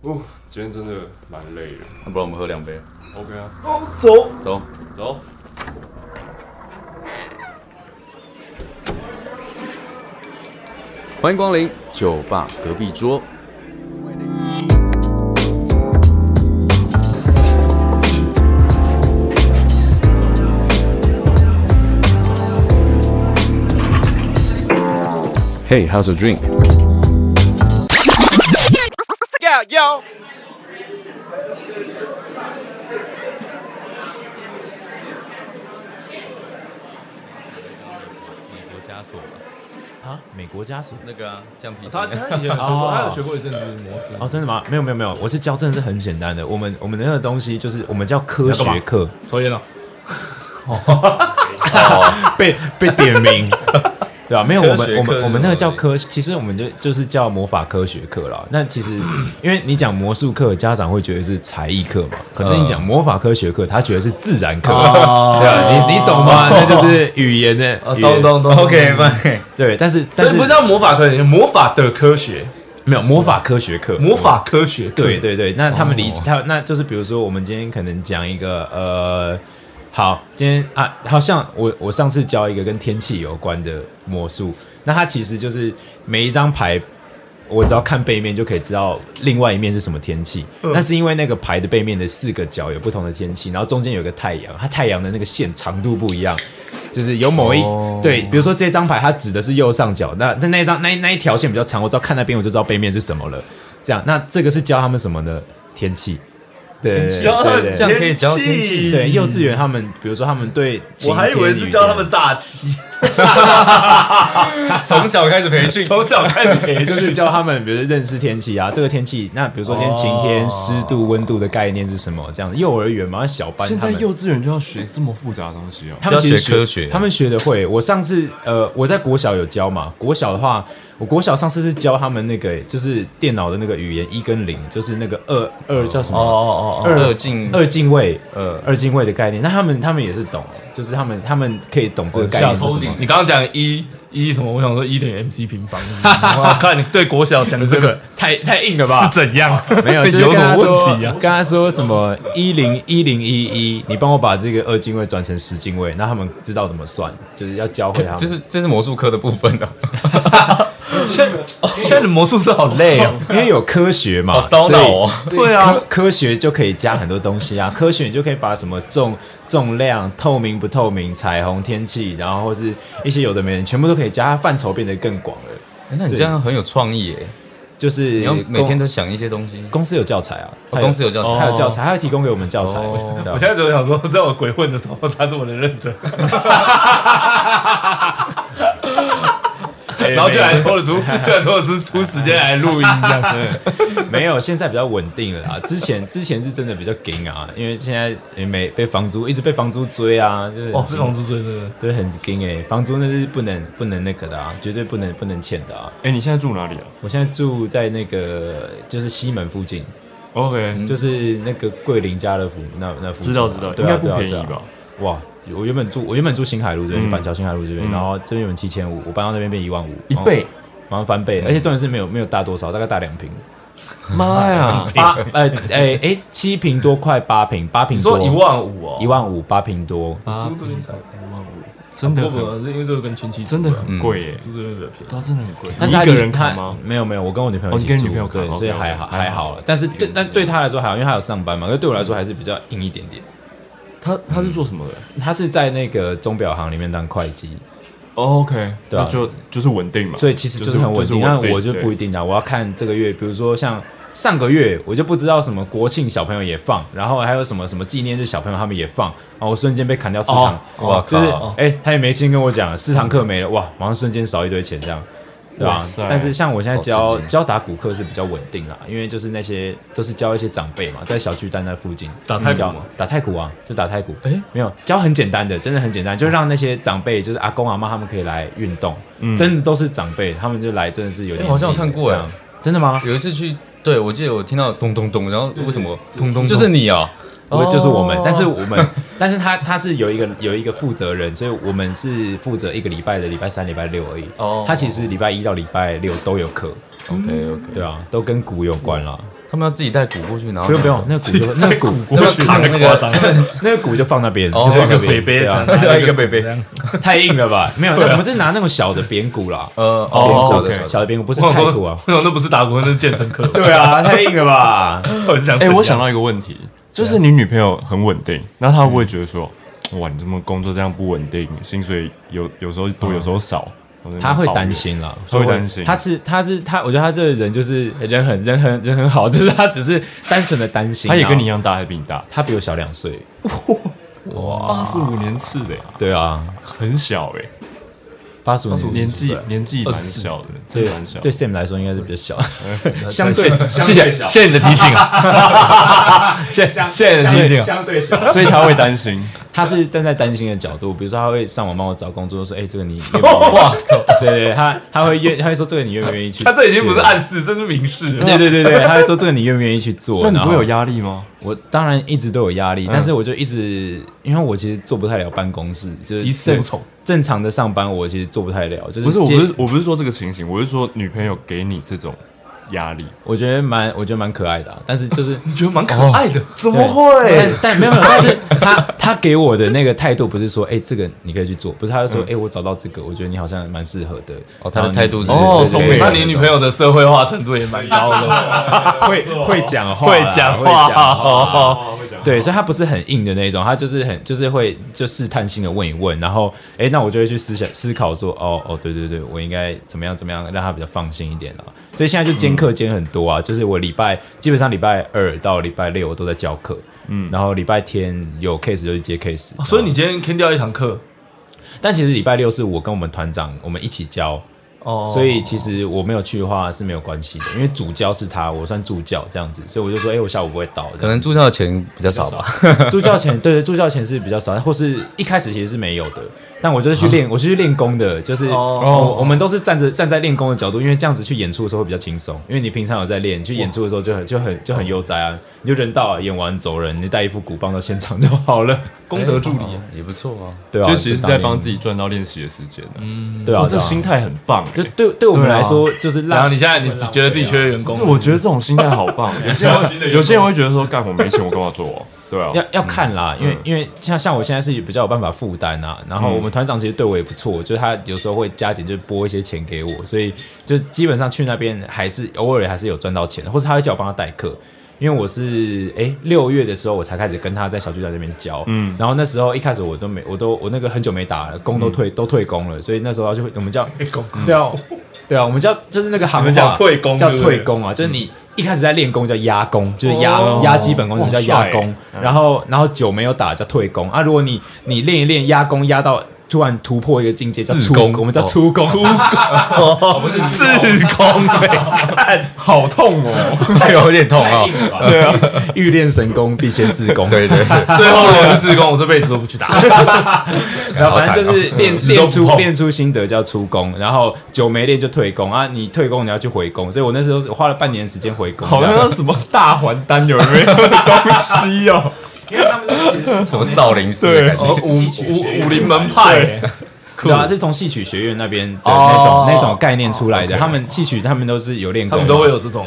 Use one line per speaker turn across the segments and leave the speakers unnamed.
哦，今天真的蛮累的。
那不然我们喝两杯，
OK 啊，
走，
走。
走。
欢迎光临酒吧隔壁桌。Hey, how's your drink?
美国枷锁嘛，
啊！美国加索
那个啊，橡皮
他
筋啊
他以前有 学过，
哦
他有学过一阵子魔术。
哦，真的吗？
没有没有没有，我是教真的是很简单的。我们我们那个东西就是我们叫科学课，
抽烟了，
被被点 名，对吧、没有我
科学
们
课是什
我们
么
我们那个叫科，其实我们就就是叫魔法科学课啦。那其实因为你讲魔术课，家长会觉得是才艺课嘛，可是你讲魔法科学课，他觉得是自然课， 对啊，你你懂吗？那就是语言的，语言
哦懂懂懂嗯
OK fine，对，但是
所
但
以
是
不叫魔法科学，魔法的科学，
没有魔法科学课，
魔法科学。
对，对对，那他们理解、他，那就是比如说我们今天可能讲一个呃，好，今天啊，好像我我上次教一个跟天气有关的魔术，那它其实就是每一张牌。我只要看背面就可以知道另外一面是什么天气，那是因为那个牌的背面的四个角有不同的天气，然后中间有个太阳，它太阳的那个线长度不一样，就是有某一、对，比如说这张牌它指的是右上角，那那那一张那一那一条线比较长，我只要看那边我就知道背面是什么了。这样，那这个是教他们什么呢？天气，对对
教他
对
们
对
这
对
样可以教天气
对，幼稚园他们，比如说他们对晴天，
我还以为是教他 们诈欺，
从小开始培训，
从小开始培
雨天， 就
训。
是教他们，比如说认识天气啊，这个天气，那比如说今天晴天、湿度、温度的概念是什么？这样，幼儿园嘛，小班
现
他
在
们
幼稚园就要学这么复杂的东西哦。
他们其实
要学科学
他们学的会。我上次呃，我在国小有教嘛，国小的话，我国小上次是教他们那个就是电脑的那个语言一跟零，就是那个二二叫什么？
哦
二
二进
二进位，呃
嗯呃，
二进位的概念，那他们他们也是懂，就是他们他们可以懂这个概念是什么。
你刚刚讲一一什么？我想说一等于 MC 平方。我看你对国小讲的 这个
太太硬了
是？怎样？
没有，就是
有
跟
什
他
么
说
问题啊，？
跟他说什么一零一零一一，你帮我把这个二进位转成十进位，那他们知道怎么算，就是要教会 他们。
这是这是魔术科的部分啊。
现现在的魔术师好累哦，
因为有科学嘛，
好烧脑哦
所以所以
对啊
科科学就可以加很多东西啊，科学你就可以把什么重重量、透明不透明、彩虹、天气，然后或是一些有的没的，全部都可以加，它范畴变得更广了。
哎那 你这样很有创意诶，
就是
你要每天
公
都想一些东 西。
公司有教材啊，
哦公司有教材
它有教材，它会提供给我们教材。
哦
对啊
我现在只有想说，在我鬼混的时候，他是我的认 真，
哎
然后就来抽 了出，就来抽了出出时间来录音这样。
没有，现在比较稳定了啦。之前之前是真的比较紧啊，因为现在也没被房租一直被房租追啊，就是
哦，是龙珠追对
就是很紧哎、房租那是不能不能那个的啊，绝对不能不能欠的啊。
哎，你现在住哪里啊
我现在住在那个就是西门附近，
？OK，
嗯
就是那个桂林家乐福那那附近
嗯
啊，
知道知道，
对
应
啊
该不
对啊
便宜
对啊
吧？
哇，我原本住我原本住新海路这边，
嗯
板桥新海路这边，然后这边原本七千五，我搬到那边变一万五，
啊
一倍，
马上翻
嗯
倍，而且重点是没有没有大多少，大概大两平，
哦
妈 呀！
八呃哎哎七平多快八平，八平
你
多
说一万五哦，
一万五八平多，
啊，
这边才
真的
不
很
不，嗯因为这个跟亲戚
真的很贵耶，
住这边比较便宜。
它真的很贵。
但
你
是他
一个人
他
看吗？
没有没有，我跟我女朋友
哦
一
你
起住，
跟女朋友看
对，
，OK，
所以
OK，
还好
还好
还好了。但是对，但对她来说还好，因为她有上班嘛。可是对我来说还是比较硬一点点。
他他
嗯
是做什么的
她是在那个钟表行里面当会计，
哦？OK，
对
那
啊
就就是稳定嘛。
所以其实就是很稳定。那我就不一定啊，我要看这个月，比如说像上个月，我就不知道什么国庆小朋友也放，然后还有什么什么纪念日小朋友他们也放，然后我瞬间被砍掉四堂，
哦哇
就是
靠
哎、他也没先跟我讲，四堂课没了，哇，马上瞬间少一堆钱这样。对吧、
哇塞
但是像我现在
好
教
刺激
教打鼓课是比较稳定啦，因为就是那些都是教一些长辈嘛，在小巨蛋那附近
打太鼓
教
吗
打太鼓啊，就打太鼓。哎、没有教很简单的，真的很简单，就让那些长辈，就是阿公阿妈他们可以来运动，真的都是长辈，他们就来真的是有点、
哎嗯好像有看过哎，
真的吗？
有一次去，对我记得我听到咚咚咚，然后为什么咚咚就是你哦啊？
我就是我们，但是我 们，但是他他是有一个有一个负责人，所以我们是负责一个礼拜的礼拜三、礼拜六而已。
哦
他其实礼拜一到礼拜六都有课，嗯
OK 嗯 OK，
对啊，都跟鼓有关啦。
他们要自己带鼓过去，然后
不用不用，那个鼓就那 个鼓
过去
扛那
太夸张
个
了，
那个鼓就放那边，就
哦
放
那
那
个
边
北北
对啊，
要一个北北
这样
太硬了吧？啊没有，我们是拿那种小的扁鼓啦，
呃
扁
哦
鼓小
，OK，
的小的扁鼓，不是
我想
太
说，
鼓啊
我。想说那不是打鼓，那是健身课。
对 啊，太硬了吧？
到底是想
哎、
怎样
我想到一个问题，就是你女朋友很稳定，那她会不会觉得说，
嗯
哇，你这么工作这样不稳定，薪水有有时候多，有时候少？
他嗯会担，心啦，
他会担心
他是他是他，我觉得他这个人就是人很人很人很好， 就是他只是单纯的担心。
她也跟你一
然后
样大，还比你大，
他比我小两岁，
八十五年次的呀，
对啊，
很小哎、
八十五
年纪
对
年纪蛮小的，真的蛮小。
对 Sam 来说应该是比较小，
相
对相
谢谢
对小
谢谢你的提醒啊，
谢谢
谢谢谢谢
啊相对小。
所以她会担心，
他是站在担心的角度，比如说他会上网帮我找工作，说：“哎、这个 你愿不愿意 对对对，他他会愿，他会说这个你愿不愿意去？
他这已经不是暗示，这是明示了。
对对对对，他会说这个你愿不愿意去做？
那你
然
不
后
会有压力嗯吗？
我当然一直都有压力，但是我就一直，因为我其实做不太了办公室，就是
敌死
正
无从
正常的上班，我其实做不太了，就是
不是，我
接
不是，我不是说这个情形，我是说女朋友给你这种压力，
我觉得蛮，我觉得蛮可爱的、啊，但是 就是
你觉得蛮可爱的，
怎？
怎
但但没有没有，但是他他给我的那个态度不是说，哎、这个你可以去做，不是，他就说，哎、我找到这个，我觉得你好像蛮适合的。
哦他的
然后你
态度是
对
嗯哦
对
聪
对
明
那你女朋友的社会化程度也蛮高的，
会会讲话啦，
会讲
会
话
讲
哦。
对，所以他不是很硬的那种，他就是很就是会就试探性的问一问，然后哎、诶那我就会去思想思考说，哦哦，对对对，我应该怎么样怎么样让他比较放心一点啊。所以现在就兼课兼很多啊，就是我礼拜基本上礼拜二到礼拜六我都在教课，嗯，然后礼拜天有 case 就去接 case，、
哦所以你今天坑掉一堂课
但其实礼拜六是我跟我们团长我们一起教，
哦，
所以其实我没有去的话是没有关系的，因为主教是他，我算助教这样子，所以我就说，哎、我下午不会到，这
可
样
能助教的钱比较少吧，
助教钱，对对，助教钱是比较少，或是一开始其实是没有的。但我就是去
啊
练，我是去练功的，就是
哦
哦，我们都是站着站在练功的角度，因为这样子去演出的时候会比较轻松。因为你平常有在练，你去演出的时候就很就很就很悠哉啊，你就人到了演完走人，你带一副鼓棒到现场就好了，
功德助理
哎也不错啊。
对啊，
就其实是在帮
己，
自己赚到练习的时间的。
对啊，
哇，哦
对
这
啊
心态很棒欸，
就对对我们
对啊
来说就是
然后
让
你现在你是觉得自己缺员
不
工
是，，我觉得这种心态好棒。 有些人有些人会觉得说，干我没钱，我干嘛做哦？对 啊，
要要
嗯
看啦，因为因为像像我现在是比较有办法负担啊，然后我
嗯
们团长其实对我也不错，就是他有时候会加紧就拨一些钱给我，所以就基本上去那边还是偶尔还是有赚到钱的，或是他会叫我帮他代课。因为我是哎六月的时候我才开始跟他在小巨蛋这边教，嗯，然后那时候一开始我都没我都我那个很久没打了，工都退、都退工了，所以那时候他就会我们叫
嗯 工
对啊对啊，我们叫就是那个行话
你们讲退工
叫
对不对嗯
退工啊，就是你一开始在练功叫压功，就是压
哦
压基本功，
哇
叫压
帅
欸
功，然后然后久没有打叫退攻啊。如果你你练一练压功压到突然突破一个境界叫
自
出
宫
我们叫出啊攻，出
哦自宫看好痛哦，
有点痛啊、
对啊，欲练神功必先自宫。
对对，
最后如果是自宫，我这辈子都不去打。
然后反正就是练
死都
练
不
出
碰
练出心得叫出功，然后久没练就退功啊，你退功你要去回功，所以我那时候是花了半年时间回功，
好像
这样
那什么大还丹有没有东西哦？
因为他们其实是
什么少林寺的感觉？
哦，武武武林门派，
对啊，是从戏曲学院那边的
哦
那种那种概念出来的。他们戏曲他们都是有练
他
功的，
们都会有这种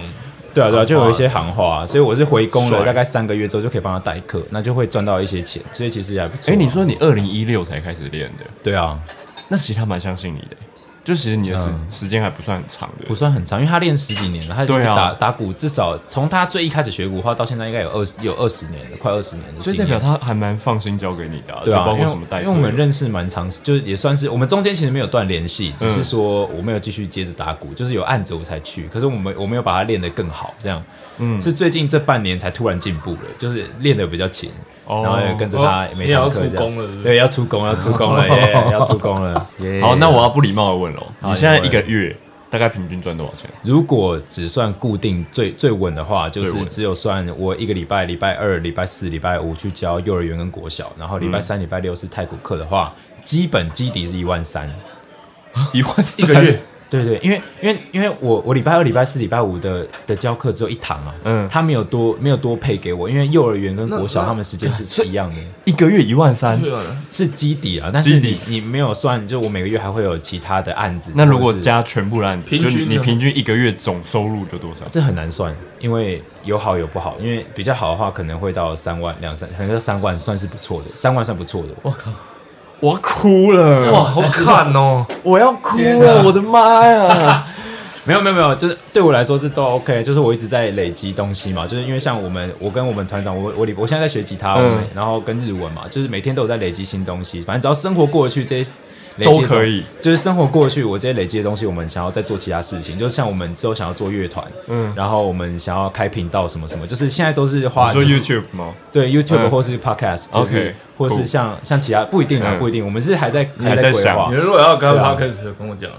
对啊对啊，就有一些行话啊，所以我是回宫了，
帅
大概三个月之后就可以帮他代课，那就会赚到一些钱，所以其实也还不错。啊
哎，你说你二零一六才开始练的，
对啊，
那其实他蛮相信你的，就其实你的时时间还不算很长的
嗯不。算很长，因为他练十几年了，他
对啊
打打鼓至少从他最一开始学鼓的话到现在应该有二十有二十年了，快二十年了，
所以代表。他还蛮放心交给你的、啊，
对啊，
就包
因
括
为
什么代课
因为我们认识蛮长时，就是也算是我们中间其实没有断联系，只是说我没有继续接着打鼓，就是有案子我才去，可是我们我没有把它练得更好，这样，嗯，是最近这半年才突然进步了，就是练得比较勤，
哦
然后也跟着他每
你也要
堂课这
出
样
工了对不对
对，要出工，要出 工了，耶，要出工了，耶。
好，那我要不礼貌的问喽，
好
你现在
你
一
问
个月大概平均赚多少钱？
如果只算固定最最稳的话，就
最
是
稳
只有算我一个礼拜，礼拜二、礼拜四、礼拜五去教幼儿园跟国小，然后礼拜
嗯
三、礼拜 六是太古课的话，基本基底是一万三。
一万
一个月，
对对，因为因为因为我我礼拜二、礼拜四、礼拜五的的教课只有一堂啊，
嗯
他没有多没有多配给我，因为幼儿园跟
那
国小
那
他们时 间是一样的，
一个月一万三，
对啊，
是基底啊，但是
基
你
底
你没有算，就我每个月还会有其他的案子，
那如果
或者是
加全部烂，
平均
就你
的
平均一个月总收入就多少？
这很难算，因为有好有不好，因为比较好的话可能会到三万两三，可能到三万算是不错的，三万算不错的，
我哭了，
哇，好惨 哦！
我要哭
天
了，
啊
我的妈呀！
没有没有没有，就是对我来说是都 OK，就是我一直在累积东西嘛，就是因为像我们，我跟我们团长，我我里我现在在学吉他，
嗯
我们然后跟日文嘛，就是每天都有在累积新东西，反正只要生活过得去这些累积
都
的东
可以，
就是生活过得去，我这些累积的东西，我们想要再做其他事情，就像我们之后想要做乐团，嗯，然后我们想要开频道什么什么，就是现在都是花
你说
就是
YouTube 吗？
对 YouTube
嗯
或是 Podcast，、就是
OK，
或是
cool
像像其他不一定啊，
嗯
不一定，我们是还在
还在
在规
想
划
你，们如果要跟
对啊
podcast 跟我讲，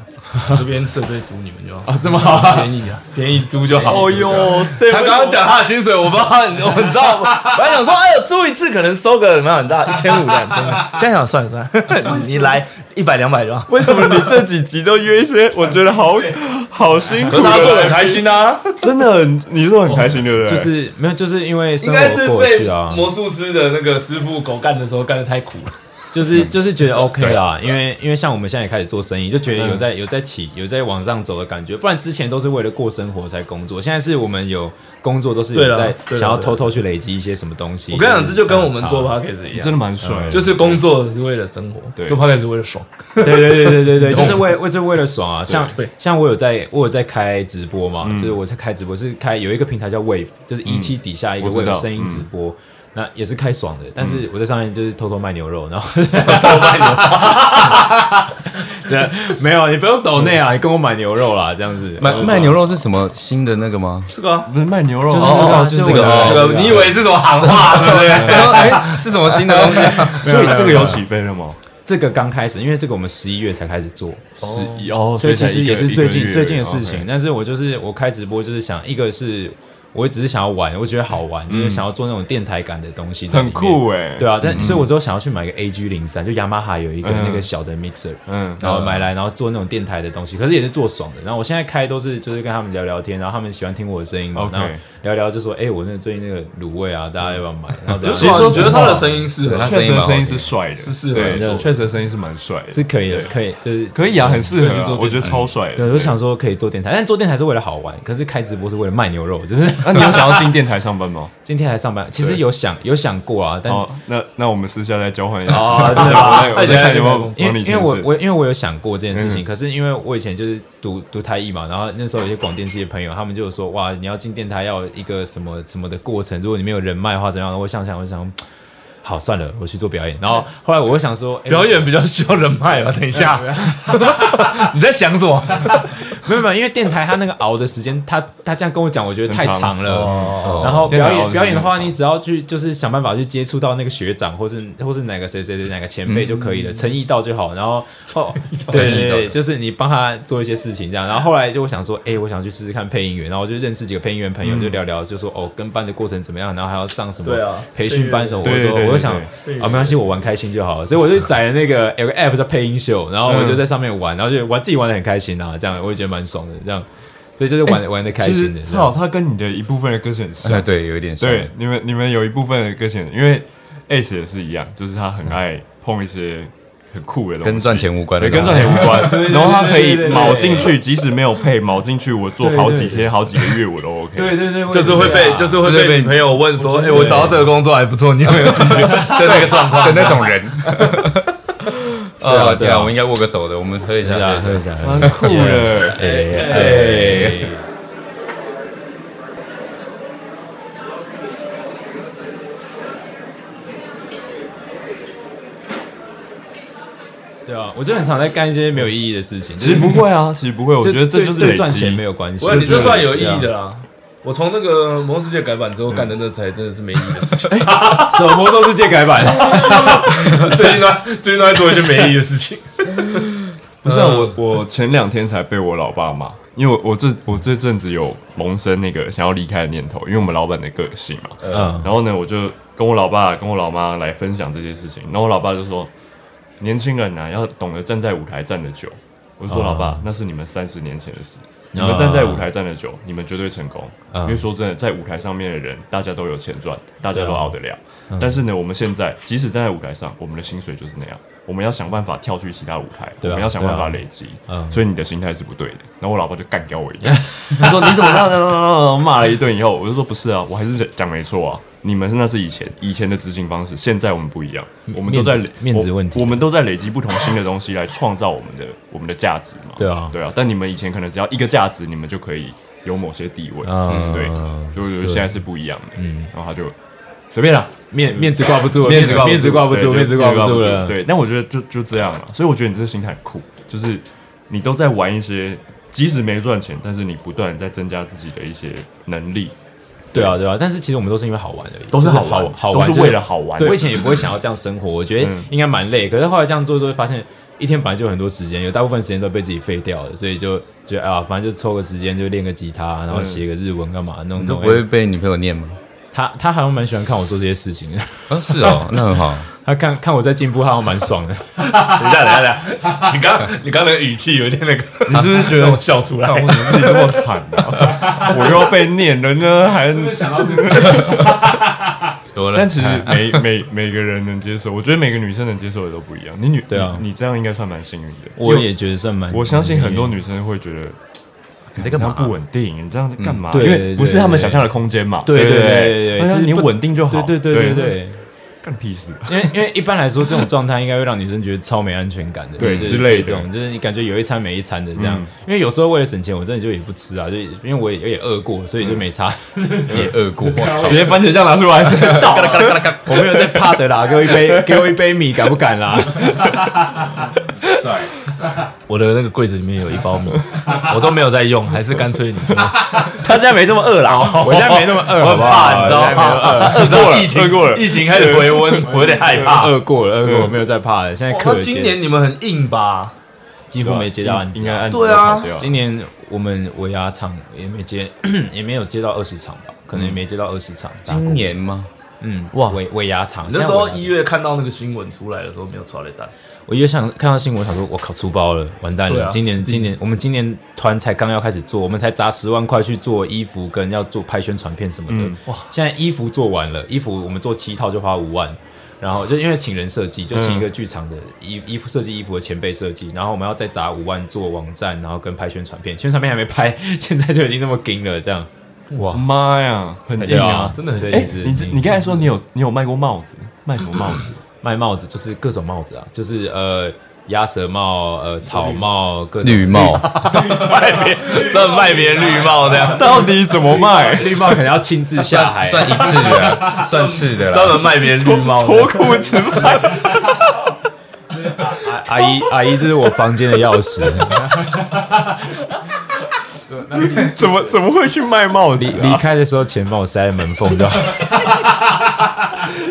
我这边设备租你们就好
啊这么好啊
便宜啊，便宜租就
哎
好。
哦哟，
他刚刚讲他的薪水，我不知道，我你知道吗？ 本来想说，哎呦，租一次可能收个什么很大，一千五两 千五。现在想算了算了， 你来一百两百就好。
为什么你这几集都约一些我觉得好好辛苦
可是大家做的很
的？
开心啊，
真的很，你说很开心对不对？
就是没有，就是因为
应
生
该是
活过得
被
去啊，
魔术师的那个师傅狗干的时候干的太苦了。
就是就是觉得 OK 啦，因为因为像我们现在也开始做生意，就觉得有在有在起有在往上走的感觉，不然之前都是为了过生活才工作，现在是我们有工作都是
对
有
啦
在
对啦
想要偷偷去累积一些什么东西。
我跟你讲，这就跟我们做
吧，
podcast 一
真
样，
的蛮帅的，
就是工作是为了生活，
对
做 podcast 是为了爽。
对对对对对对，就是为为就是为了爽啊。像
对
像我有在我有在开直播嘛，就是我在开直播是开有一个平台叫 Wave，就是一期底下一个
我知道
Wave 声音直播。那也是开爽的，但是我在上面就是偷偷卖牛肉，然后
豆瓣有
这样没有，你不用抖内啊，你跟我买牛肉啦，这样子
哦
卖卖牛肉是什么新的那个吗？
这个啊，
不是卖牛肉，
就是
哦
这个啊，
哦
就是
就是这个
我的
哦
这个你以为是什么行话，对 不对？
我说哎，是什么新的东西啊？
哦所以这个有起飞了吗？
这个刚开始，因为这个我们十一月才开始做，
是哦，
所以其
才
实
一个
也是最
一个
近
月
最近的事情。
OK
但是我就是我开直播，就是想一个是我只是想要玩，我觉得好玩，就是想要做那种电台感的东西在里
嗯很
面，
酷哎，
对啊，但、所以我之后想要去买个 AG 零三，就雅马哈有一个
嗯
那个小的 mixer，、
嗯，
然后买来，然后做那种电台的东西，可是也是做爽的。然后我现在开都是就是跟他们聊聊天，然后他们喜欢听我的声音嘛
OK
然后聊聊就说，哎、我那个最近那个卤味啊，大家要不要买？然后这样
其实我觉得他的声音是
对
很
他
确
声音
实
蛮好
声音
听
是帅的，
是适合
对
你做
确实声音是蛮帅的，
是可以的
对，
可以就是
可以啊，很适
可以去
合
做
啊，
电
我觉得超 帅
对，
的。
我就想说可以做电台，但做电台是为了好玩，可是开直播是为了卖牛肉，就是
那你有想要进电台上班吗？
今天来上班，其实
对
有想有想过啊，但是
哦，那那我们私下再交换一下。
哦真的吗
吗？我再看有没有
因
帮
为
你
因为我
我
我因为我有想过这件事情，
嗯
可是因为我以前就是读读台艺嘛，然后那时候有些广电系的朋友，他们就有说哇，你要进电台要有一个什么什么的过程，如果你没有人脉的话怎样？我想想，我想。好，算了，我去做表演。然后后来我会想说，哎诶
表演比较需要人脉吧？等一下， 你在想什么？
没有没有，因为电台它那个熬的时间，他他这样跟我讲，我觉得太
很长
长了。
哦
然后
电
表
脑
演
的
表演的
那
话，
种
你只要去就是想办法去接触到那个学长，或是或是哪个谁谁谁哪个前辈就可以了，诚意到就好。然后哦，对对对，就是你帮他做一些事情这样。然后后来就我想说，哎，我想去试试看配音员，然后我就认识几个配音员朋友，就聊聊，就说哦，跟班的过程怎么样，然后还要上什么
对啊
培训班什么。
配
我
乐
说
对对
我就想啊，
对对
没关系，我玩开心就好了。所以我就载了那个有个 app 叫配音秀，然后我
嗯
就在上面玩，然后就玩自己玩的很开心啊，这样我也觉得蛮爽的这样。所以就是玩玩的开
哎其
心
实
的，这
正
样
好他跟你的一部分的歌曲很
哎，
像。
对，有一点 像
对，你们你们有一部分的歌曲很，因为 S 也是一样，就是他很爱碰一些很酷的东西，
跟赚钱无关的
对，跟
东
赚
西
钱无关。
对对
然后他可以
对对对对
卯进去，即使没有配，卯进去我做好几天、好几个月我都 OK。
对对对，我也
就是会
这
被，
样
就是会被女朋友问说：“哎，啊我找到这个工作还不错，你有没有 兴趣？”的那个状况，
的那种 人。
对啊
啊，对
对啊
啊，我应该握个手的，我们喝一下
对。啊，喝一下，喝一
蛮
下
酷的。
哎，对啊，我就很常在干一些没有意义的事情。
其实不会啊，其实不会，我
就
觉得这就是
对
累
对赚
积。
钱没有关系。
不是你这算有意
对啊
义的啦。我从那个《魔兽世界》改版之后干的那才真的是没意义的事情。
啊什么魔兽世界改版？
最近呢，最近都在做一些没意义的事情。
不是、啊、我，我前两天才被我老爸骂，因为我我这我这阵子有萌生那个想要离开的念头，因为我们老板的个性嘛。
嗯，
然后呢，我就跟我老爸、跟我老妈来分享这些事情，然后我老爸就说：“年轻人啊，要懂得站在舞台站得久。”我就说老爸，那是你们三十年前的事。你们站在舞台站的久，你们绝对成功。因为说真的，在舞台上面的人，大家都有钱赚，大家都熬得了。但是呢，我们现在即使站在舞台上，我们的薪水就是那样，我们要想办法跳去其他舞台，我
啊
们要想办法
对
累积。
嗯
所以你的心态是不对的。然后我老爸就干掉我一顿，他说你怎么这样这样这样这样这样骂了一顿以后，我就说不是啊，我还是讲没错啊。你们是那是以前以前的执行方式，现在我们不一样，我们都在累
面子
我
问题
我们都在累积不同新的东西来创造我们的我们的价值嘛。
对啊
对啊。但你们以前可能只要一个价值，你们就可以有某些地位，
嗯
嗯，对，所以我觉得现在是不一样的。嗯，然后他就随便啦，
面面子挂不住了，面子面子挂不住，
对
面子挂不住了。，
对，但我觉得就就这样了，所以我觉得你这个心态很酷，就是你都在玩一些，即使没赚钱，但是你不断地在增加自己的一些能力，
对啊，对啊，但是其实我们都是因为好玩而已，
都是
就
好
好
玩，
好
都
玩，
是
就
为了好玩。
对，我以前也不会想要这样生活，我觉得
嗯
应该蛮累。可是后来这样做之后，发现一天本来就有很多时间，有大部分时间都被自己废掉了，所以就觉得啊，反正就抽个时间就练个吉他，然后写个日文干嘛，弄
嗯
你都
弄。哎
不会被女朋友念吗？
他他好像蛮喜欢看我做这些事情的，
啊，是 哦，那很好。
他看看我在进步，他好像蛮爽的。
等一下，等一下，等一下，你刚你刚那个语气有点那个，你是不是觉得我笑出来？
啊
我怎么自己这么惨呢、 我又要被念了呢，还是？
想到自己，
多了，
但 其实每每每个人能接受，我觉得每个女生能接受的都不一样。你女
对啊
你你这样应该算蛮幸运的。
我也觉得算蛮。
我相信很多女生会觉得嗯你
在干嘛
不稳定，你这样子干嘛？
对
因
嗯对
为
对
不是他们想象的空间嘛。
对
对
对对对
那
对
你
这不
稳定就好。
对对对对对，
干屁事！
因为因为一般来说，这种状态应该会让女生觉得超没安全感的，
对
就
之
是
类的
这种，就是你感觉有一餐没一餐的这样。
嗯
因为有时候为了省钱，我真的就也不吃啊，就因为我也我也饿过，所以就没 差。
也饿 过，
直接番茄酱拿出来，
嘎啦嘎啦嘎啦嘎啦
我没有在怕的啦，给我一 杯，给我一杯米，敢不敢啦？
我的那个柜子里面有一包米，我都没有在用，还是干脆你。他现在没这么饿 了，我
我现在没那么饿
我
好
很
不好
怕，你知道吗？饿过了，疫情过了，疫情开始回温，我有点害怕。 嗯
饿过了，饿过了，没有在怕的。现在
哇，
课
那今年你们很硬吧？
几乎没接到案子啊，
应该按
对啊
今年我们尾牙场也没接， 也没有接到二十场吧，可能也没接到二十场。
今年吗？
嗯，哇，尾尾牙场，
你那
现
时
在尾
候
牙场
一月看到那个新闻出来的时候，没有抓雷蛋，
我越想看到新闻，我想说，我靠，出包了，完蛋
对
了！
啊
今
是
年，今年，我们今年团才刚要开始做，我们才砸十万块去做衣服，跟要做拍宣传片什么的。
嗯
哇，现在衣服做完了，衣服我们做七套就花五万，然后就因为请人设计，就请一
嗯
个剧场的衣、衣服设计衣服的前辈设计，然后我们要再砸五万做网站，然后跟拍宣传片，宣传片还没拍， 现在就已经那么紧了，这样
哇妈呀，很硬
对
啊！
真的很
所以
哎
其，实
你你刚才说你有你有卖过帽子，卖什么帽 子？
卖帽子就是各种帽子啊，就是呃鸭舌帽、呃草帽、各种
绿帽，
卖别真的卖别人绿帽这样，
到底怎么卖？
绿帽可能要亲自下海、
算 算一次的啦，算次的
专
啦。
门卖别人绿帽 这
脱
样。
裤子卖？
阿阿姨，阿姨，这是我房间的 钥匙。
啊
怎么怎么会去卖帽子
离
啊？
离开的时候，钱帮我塞在门缝就好。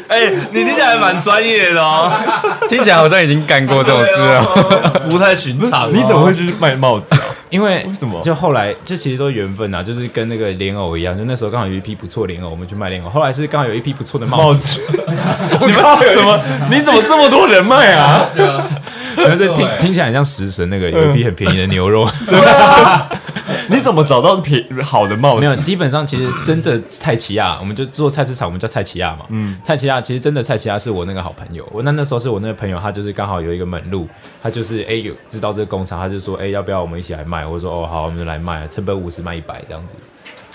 哎，你听起来蛮专业的 哦，
听起来好像已经干过这种事啊了。
不太寻常哦。
你怎么会去卖帽子啊？
因为
为什么
就后来就其实都缘分啊，就是跟那个莲藕一样，就那时候刚好有一批不错莲藕，我们去卖莲藕。后来是刚好有一批不错的帽
帽
子，
子？ 你们怎么你怎么这么多人卖啊？
可能是听
欸
听起来很像食神那个有一批很便宜的 牛肉。
你怎么找到便好的帽
没
子？
有，基本上其实真的蔡奇亚， 我们就做菜市场，我们叫蔡奇亚嘛。嗯，蔡奇亚其实真的蔡奇亚是我那个好朋友，我那那时候是我那个朋友，他就是刚好有一个门路，他就是哎、有知道这个工厂，他就说哎、要不要我们一起来卖？我说哦好，我们就来卖，成本五十卖一百这样子。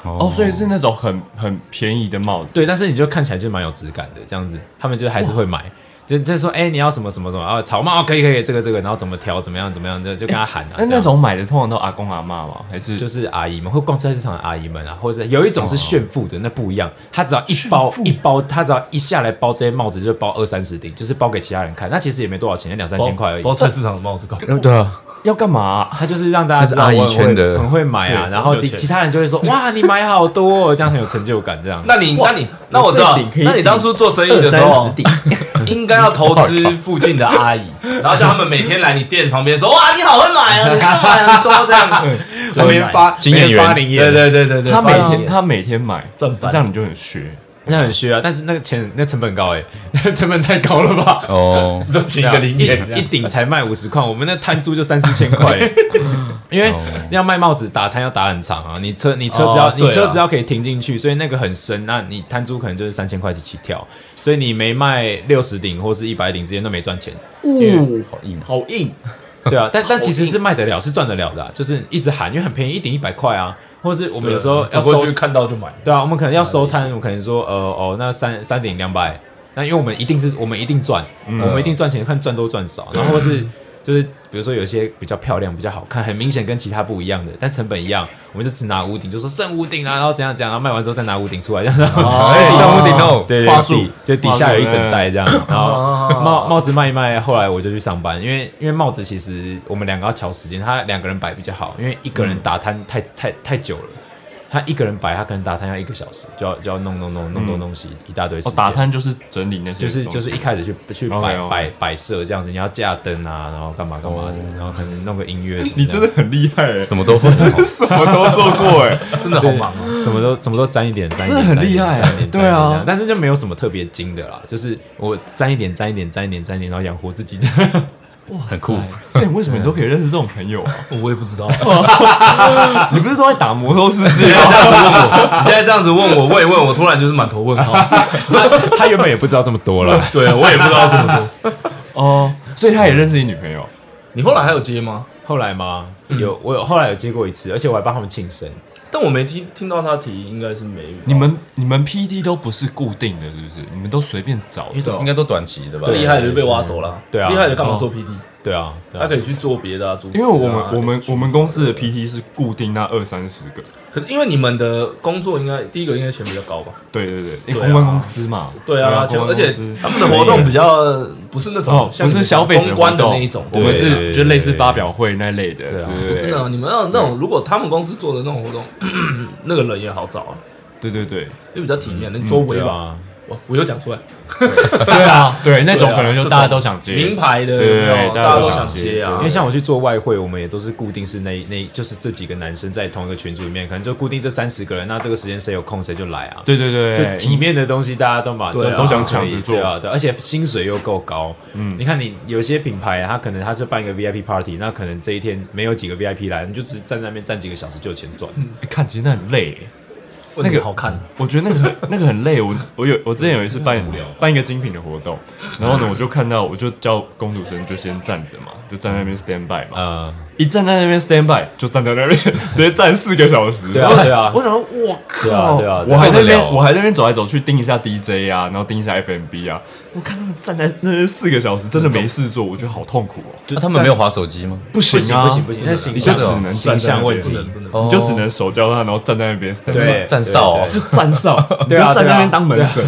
哦，所以是那种很很便宜的帽子。
对，但是你就看起来就蛮有质感的这样子，他们就还是会买。就就说，哎、你要什么什么什么啊？草帽、哦可以可以，这个这个，然后怎么挑，怎么样怎么样，就就跟他喊啊。
哎那
这样
那种买的通常都阿公阿妈嘛，还是
就是阿姨们会逛菜市场的阿姨们啊，或者是有一种是炫富的，那不一样，她只要一包一包，她只要一下来包这些帽子就包二三十顶，就是包给其他人看，那其实也没多少钱，两三
哦
千块而已。
包菜市场的帽子高，
对啊，
要干嘛啊？
她就是让大家知道
那是
我
阿姨圈的
我很会买啊，
对
然后
我有
其
钱
其他人就会说哇，你买好多哦，这样很有成就感，这样。
那你那你那我知道，那你当初做生意的时候， 应该要投资附近的阿 姨，然后叫他们每天来你店旁边说：“哇，你好会买 啊，你看买很多这 样。
那边发
经验
那边
员
发零”元，
对对对对对，
他每
发
天他每天买
赚翻
这样你就很学。
那很虚啊，但是那个钱那成本高哎、那 成本太高了吧？
哦，
都请一个零
啊一
元这样
一顶才卖五十块，我们那摊租就三四千块， 因为要卖帽子打摊要打很长啊，你车你车只要、
哦对
你
啊
车只要可以停进去，所以那个很深，那你摊租可能就是三千块起跳，所以你没卖六十顶或是一百顶之间都没赚钱，
呜，好硬，好硬，
对啊，但但其实是卖得了，是赚得了的啊、就是一直喊，因为很便宜，一顶一百块啊，或是我们有时候要
走
收
过去看到就买。
对啊，我们可能要收摊，我们可能说，呃，哦，那三三点两百，那因为我们一定是我们一定赚，我们一定赚钱，看赚多赚少，然后或是就是比如说有一些比较漂亮、比较好看，很明显跟其他不一样的，但成本一样，我们就只拿屋顶，就说剩屋顶啊啦，然后怎样怎样，然后卖完之后再拿屋顶出来，这样，然后
哎，上屋顶哦，
对对
话
对，
术
底就底下有一整袋这样，然后。
哦，
帽帽子卖一卖，后来我就去上班，因为因为帽子其实我们两个要调时间，他两个人摆比较好，因为一个人打摊太、太太久了，他一个人摆他可能打摊要一个小时，就要就要弄弄弄弄弄东西、一大堆时
哦，
间。
打摊就是整理那些
就
东西，
是就是一开始去去摆
OK，OK
摆摆设这样子，你要架灯啊，然后干嘛干嘛的，然后可能弄个音乐什么
哦 你真的很厉害欸，
什么 都会。
哦
什么都做过哎，
真的好
对
忙啊！
什么都什么都沾一点，沾一
真
点，
的很厉害
沾一点沾一点
对啊
沾一点但是就没有什么特别精的啦，就是我沾一点沾一点沾一点沾一点，然后养活 自己这样。
哇，很酷。Sam，为什么你都可以认识这种朋友啊？
我也不 知道，
你不是都在打魔兽世界吗？
这样子问我，你现在这样子问我问一问，我突然就是满头问号。
他他原本也不知道这么多了，
对我也不知道这么多。
哦，所以他也认识你女朋友。
你后来还有接吗？
后来吗？有我有后来有接过一次，而且我还帮他们庆生。
但我没听听到他提，应该是没有。
你们你们 PD 都不是固定的，是不是？你们都随便找的。
应该都短期的吧？
厉害的就被挖走了，
对啊
厉害的干嘛做 PD？
对啊，对
他
啊
可以去做别的啊，主持
因
啊
为我们我们我们公司的，
还是
PT 是固定那二三十个，
啊可是因为你们的工作应该第一个应该钱比较高吧？
对对对，因为
对啊
公关公司嘛，
对啊，钱
公
而
关
且
公司
他们的活动比较不是那
哦
种，像
不是消费者
公关的
活动
那一种，
我们
对对对
是
对
就类似发表会那类的，
对啊
对
真的，你们要那种如果他们公司做的那种活动， 那个人也好找啊，
对对 对
就比较体
嗯
面。你说
对
微吧，
啊，
我我又讲出来，
对啊，对那
对
种
啊
可能就大家都想接
名牌的，
对对对
有没
大
有大
家
家
都
都
想
想
接
接啊
因为。像我去做外汇，我们也都是固定是那那，就是这几个男生在同一个群组里面，可能就固定这三十个人，那这个时间谁有空谁就来啊。
对对对，
就体面的东西，大家都嘛，
对啊
就
都
想抢着做
对啊，对，而且薪水又够高。嗯，你看你有些品牌、啊，他可能他就办一个 VIP party，那可能这一天没有几个 VIP 来，你就只是站在那边站几个小时就有钱赚。
欸看起来那很累。
那
那
个
个
好看，
我觉得那个很 那个很累。我我有我之前有一次办
嗯
办一个精品的活动，然后呢，我就看到我就叫工读生就先站着嘛，就站在那边 stand by 嘛，
呃，
一站在那边 stand by 就站在那边 直接站四个小时。
对啊，对啊
我，想说，我
对啊
靠！
对啊
我还在那
受得了
边，我还在那边走来走去，盯一下 DJ 啊，然后盯一下 FMB 啊。我看他们站在那边四个小时，真的没事做，我觉得好痛苦哦。
啊那他们没有划手机吗？
不行啊，
不行不行不行那形
你就
象
只能
形
站在那
象问
边
题，
哦
你就只能手交叉，然后站在那边 stand by。
对，
站哨哦
对对
就站哨，啊你就
对啊
站在那边当门神，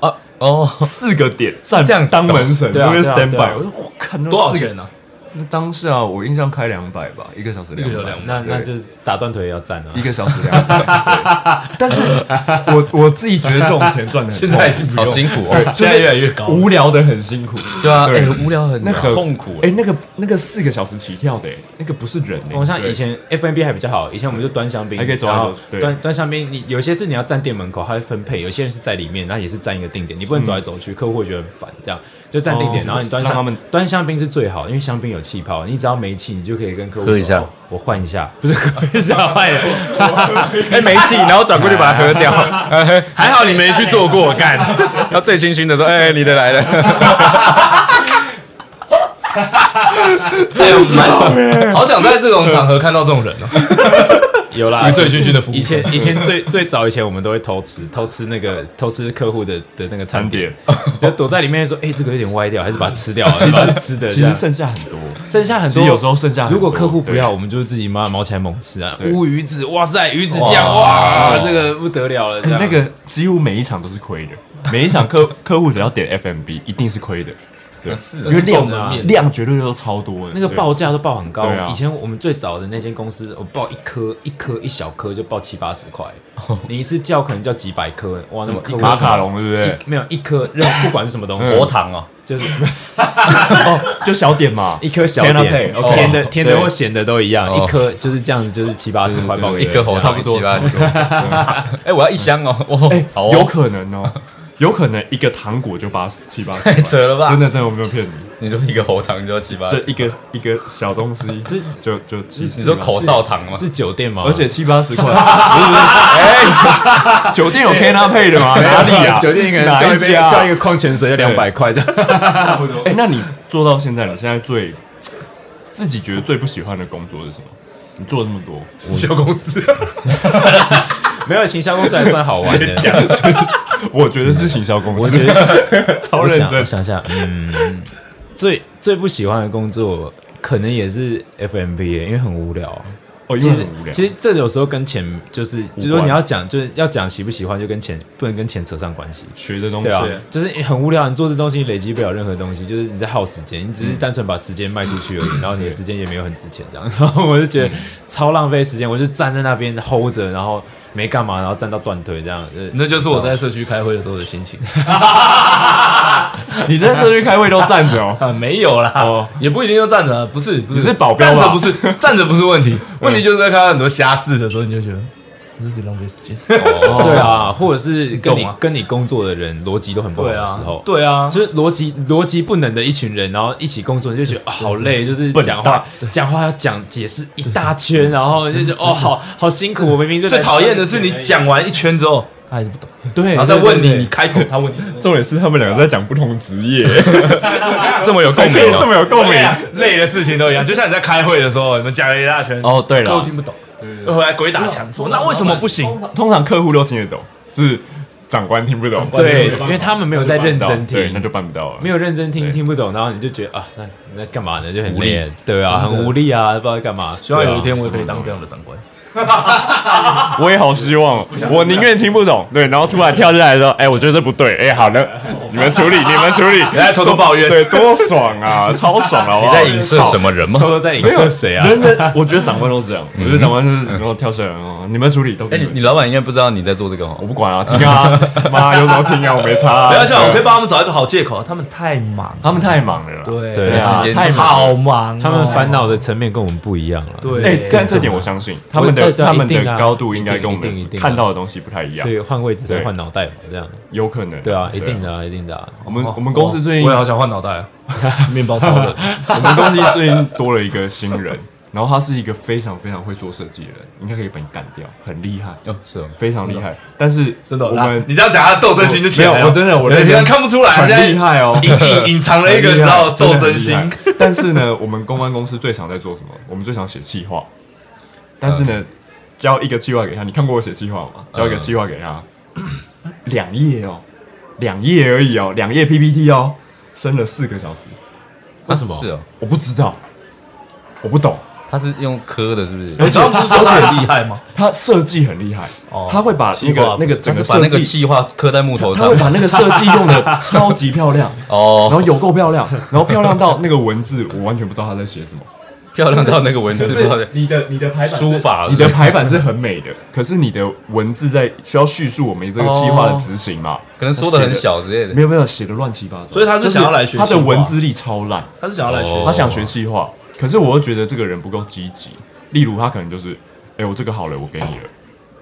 啊哦，
四个点站
这样子
当门神，
对
那
啊
边
对啊
stand
对啊
by。我说我靠，那
多少
四个
钱？啊呢？
那当下我印象开两百吧，一个小时两
一个小时
百
200，
那
对
那就是打断腿也要站啊
一。个小时两百。对但是我我自己觉得这种钱赚的
现在已经不
好
用，
辛苦
对
哦。，
现在越来越高
无聊的很辛苦。
对啊，
对
哎，无聊很
那很
痛苦
哎、
哎。
那个那个四个小时起跳的、哎那个不是人、哎
我哦像以
对
前 FMB 还比较好，以前我们就端香槟，
还可以走来
然后
走去对
端端香槟，你有些是你要站店门口，它会分配；有些人是在里面，然后也是站一个定点，你不能走来走去，客户会觉得很烦。这样就站定点，
嗯哦
然后你端
让他
香
们
端香槟是最好，因为香槟有气泡，你只要没气，你就可以跟客户
喝
说
一下
哦我换一下，不是喝一下换一下，
哎，没气，然后转过去把它
哎
喝掉。 还好你没去做过，干。然后醉醺醺的说：“哎，你的来了。
哎呦，蛮好想在这种场合看到这种人哦。
有啦，
一醉醺醺的服务
以前以前最最早以前，我们都会偷吃偷吃那个偷吃客户的的那个餐
餐
点，
点，
就躲在里面说，哎，这个有点歪掉，还是把它吃掉，其实吃的
其
这
实
样
剩下很多，
剩下很
其
多，
实有时候剩下很多
如果客户不
对
要，我们就是自己妈毛起来猛吃啊，
对
乌鱼子，哇塞，鱼子酱，哇，这个不得了了，这样
那个几乎每一场都是亏的，每一场客客户只要点 FMB 一定是亏的，对，
是
因为量
的面
量绝对都超多的，
那个报价都报很高
对啊。
以前我们最早的那间公司，我报一颗一颗一小颗就报七八十块，你一次叫可能叫几百颗，哇，那么
对卡卡龙对不对？
没有一颗任不管是什么东西，
嗯
糖哦，就是 ，
就小点 嘛
一颗小
Piano Pay，
点，
OK
甜的甜的
对
或咸的都一样，
哦
一颗就是这样子，就是七八十块报给
一
人
颗喉糖七 八十块。哎，我要一箱哦，
哎
哦，好
有
哦，
可能哦， 有可能一个糖果就八十七八十块，
太扯了吧
真的真的，我没有骗你，
你说一个喉糖就要七八
这
十，
一个一个小东西，
是
就就几
你说口哨糖吗？
是酒店吗？
而且七八十块，不是不是，哎，酒店有 K 那配的吗？哪里啊？
酒店一个人
哪
叫一杯
家啊
叫一个矿泉水要两百块这样。
哎，那你做到现在，你现在最自己觉得最不喜欢的工作是什么？你做了这么多，
小公司，
没有行销公司还算好 玩的。
我呃觉得是行销公
我
司
觉，得
超
我
认
想
真
我想想，嗯，最最不喜欢的工作可能也是 FMV，因为很无聊啊。
哦，因
其
为
实
很无聊。
其实这有时候跟钱就是，就是说
关
你要讲，就是要讲喜不喜欢，就跟钱不能跟钱扯上关系。
学的东西
对啊，就是很无聊，你做这东西你累积不了任何东西，就是你在耗时间，你只是
嗯
单纯把时间卖出去 而已，然后你的时间也没有很值钱这样， 然后我就
嗯
觉得超浪费时间，我就站在那边 hold 着，然后没干嘛，然后站到断腿这样，呃就是
那 就是
哦
我在社区开会的时候的心情，
你在社区开会都站 着哦哦
啊，没有啦，也不一定就站着啊，不是不
你
是
是保镖啊
站
吧
着不是站着不是问题，问题就是在看到很多瞎事的时候，你就觉得我自己浪费时间，
对啊，或者是跟
你
你
懂吗
跟你工作的人逻辑都很不好的时候，
对 啊，
就是逻辑逻辑不能的一群人，然后一起工作，你就觉得啊好累，就是
笨
讲
蛋
话讲话要讲解释一大圈，然后就觉得哦好好辛苦，我明明就
最
来
讨厌的
赚
是
钱
你
而已
讲完一圈之后，他还是不懂，
对，
哎
然后再问你，
对
你开头他问你，
重点是他们两个在讲不同职业，
这么有共 鸣
这
哦。
么有 共鸣。
累的事情都一样，就像你在开会的时候，你们讲了一大圈，
哦，对
客户
了，
听不懂，又回来鬼打墙说那为什么不行？
通常客户都听得懂，是长官听不懂。
对，因为他们没有在认真
对，那
听，
就办不到了。
没有认真听，
对
听不懂，然后你就觉得啊，那你在干嘛呢？就很累，对啊，很无力啊，不知道在干嘛。希
希望有一天我也可以当这样的长官。
我也好希望哦，我宁愿听不懂。对，然后突然跳进来说：“哎，我觉得这不对。”哎，好了，你们处理，你们处理。
在偷偷抱怨
对，多爽啊，超爽 啊！
你在影射什
么？
么人吗
偷？偷在影射谁啊？
人的，我觉得长官都这样。我觉得长官就是，然后跳下来哦，你们处理都给
哎，
嗯
你
你
你
们。
老板应该不知道你在做这个哦
我。不管啊，听啊， 妈有什么听啊， 我没差啊。
不要这样，我可以帮他们找一个好借口，他们太忙，
他们太忙了。
对
啊对啊
时，间
太忙了。
好忙哦，
他们烦恼的层面跟我们不一样了。啊
对
哎，但这点我相信，他们的
对对啊
他们
一定啊
的高度应该跟我
一定一定
们
一定啊
看到的东西不太一样
所，以换位置才换脑袋嘛，这样
有可能。
对啊，一定。的啊，一定的啊。
我们我们公司最近，
哦我也
我
好想换脑袋啊，面包超人，
们公司最近多了一个新人，然后他是一个非常非常会做设计的人，应该可以把你干掉，很厉害，
哦，是哦。
非常厉害。但是
真的哦，
我
他
们
你这样讲，他的斗 争心就起来了。
没有我真的我
对
认
你
真
看看不出来，他
很
现在
厉害哦，
隐隐隐藏了一个你知道斗争心，
啊很厉害。但是呢，我们公关公司最常在做什么？我们最常写企划。但是
嗯
呢，交一个企划给他，你看过我写企划吗？交一个企划给他， 两页哦，两页而已哦，两页 PPT 哦，生了四个小时，
为什么？
是哦，
我不知道，我不懂。
他是用磕的，是不是？
而且
刚刚不是说
而
他很
且
厉害吗？
他设计很厉害，他会把那
哦企划
个
不
那
是
个
他
整
是
个
把
设
那个
计，
气化刻在木头
他
上
会。把那个设计用的超级漂 亮，然后
哦，
有够漂亮，然后漂亮到那个文字我完全不知道他在写什么。
漂亮到那个文字不知道在
你的你的排版是
书法
你的排版是很美的，可是你的文字在需要叙述我们这个计划的执行嘛？
可能缩的很小之类
没
的。
有没有写的乱七八糟，
所以他是想要来
就
学
是他
企
的
划
文字力超烂，
他是想要来学
哦
习，
他想学计划，可是我又觉得这个人不够积极。例如他可能就是，哎、我这个好了，我给你了，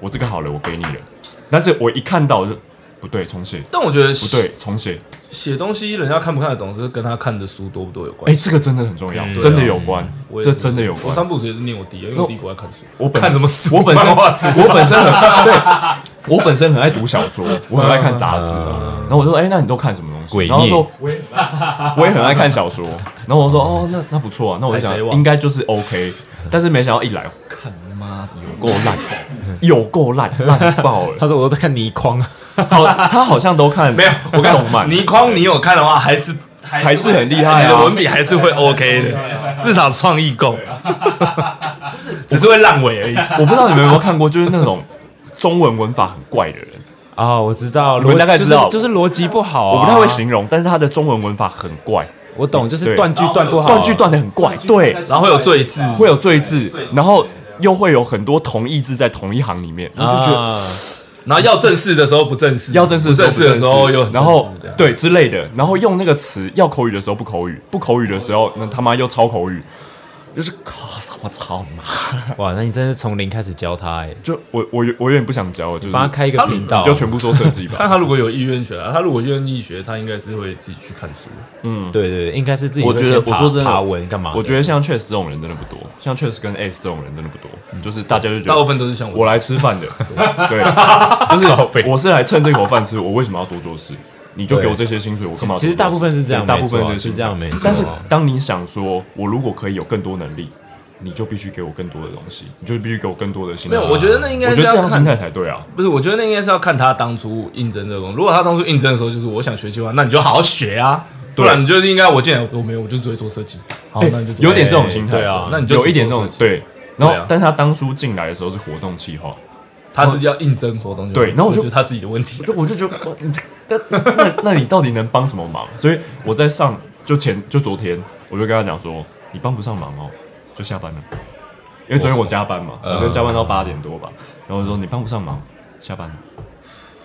我这个好了，我给你了，但是我一看到我就不对，重写。
但我觉得
不对，重写。
写东西人家看不看得懂，这跟他看的书多不多有关
哎、。这个真的很重要，
嗯
真的有关，
我也
这
是
真的有
我
关。
三步直接是念我弟，因为我弟不爱看书。
我本
看什么书？
我本身
漫画书
我本身很对，我本身很爱读小说，我很爱看杂志嘛。
嗯
然后我就说：“哎、那你都看什么东
鬼
西？”然
灭
后他说：“我也我也很爱看小说。”然后我说：“哦，那那不错啊，那我就想
海贼王
应该就是 OK。”但是没想到一来，看妈有够烂，有够烂，烂爆了。
他说我都在看倪匡，
好，他好像都看
没有，我跟
动漫，
你框你有看的话，还是还
还是很厉害
你的
啊
文。笔还是会 OK
啊
的，至少创意够，只是会烂尾而已。
我不知道你们有没有看过，就是那种中文文法很怪的人，
啊，我知道，
你们
逻
大概知道
就是就是逻辑不好啊，
我不太会形容，但是他的中文文法很怪。
我懂，就是
对
断句断不好，啊
断句断的很怪，对，
然后会有罪字，
会有罪字
对罪，字
然后又会有很多同义字在同一行里面，我就觉得
啊
然后要正式的时候不正式，
要正式
不
的
正式
式
的时候又很
然后
正式
对之类的，然后用那个词要口语的时候不口语，不口语的时候那他妈又超口语，就是啊靠我操你妈！
哇，那你真的是从零开始教他哎，
就我我有我有点不想教了，就是
帮他开一个频道
你就全部做设计
看
吧。
他如果有意愿学啊，他如果愿意学，他应该是会自己去看书。
对对，对应该是自己
我
会
觉得
先爬
我说真的
爬文
啊
干嘛的？
我觉得像 Chess 这种人真的不多，像 Chess 跟 X 这种人真的不多，就是大家就觉
嗯大部
得
分都是像
我
我，
来吃饭的， 对，就 是我是来蹭这口饭吃，我为什么要多做事？你就给我这些薪水，我干嘛要多做事？
其实大部分是这
对
样
大部
没错啊
分就是
这样没错啊
但是当你想说，我如果可以有更多能力，你就必须给我更多的东西，你就必须给我更多的薪
没
水。
有，我觉得那应该
我
是
觉得这
要
样心
看，
态才对啊。
不是，我觉得那应该是要看他当初应征这个工作。如果他当初应征的时候就是我想学计划，那你就好好学啊，不
对哎
然你就是应该我进来我没有，我就只会做设计。好，那你就做
有点这种心态，
对啊那你就
有
只
一点这
做
种
设计
对。然后
对啊，
但是他当初进来的时候是活动企划，
他是要应征活动就好，
对然后我
我
就
觉得他自己的问题啊。
就我就觉得，哇你这那那那你到底能帮什么忙？所以我在上就前就昨天，我就跟他讲说，你帮不上忙哦，就下班了。因为昨天我加班嘛，我昨天加班到八点多吧，然后我说你帮不上忙，下班了。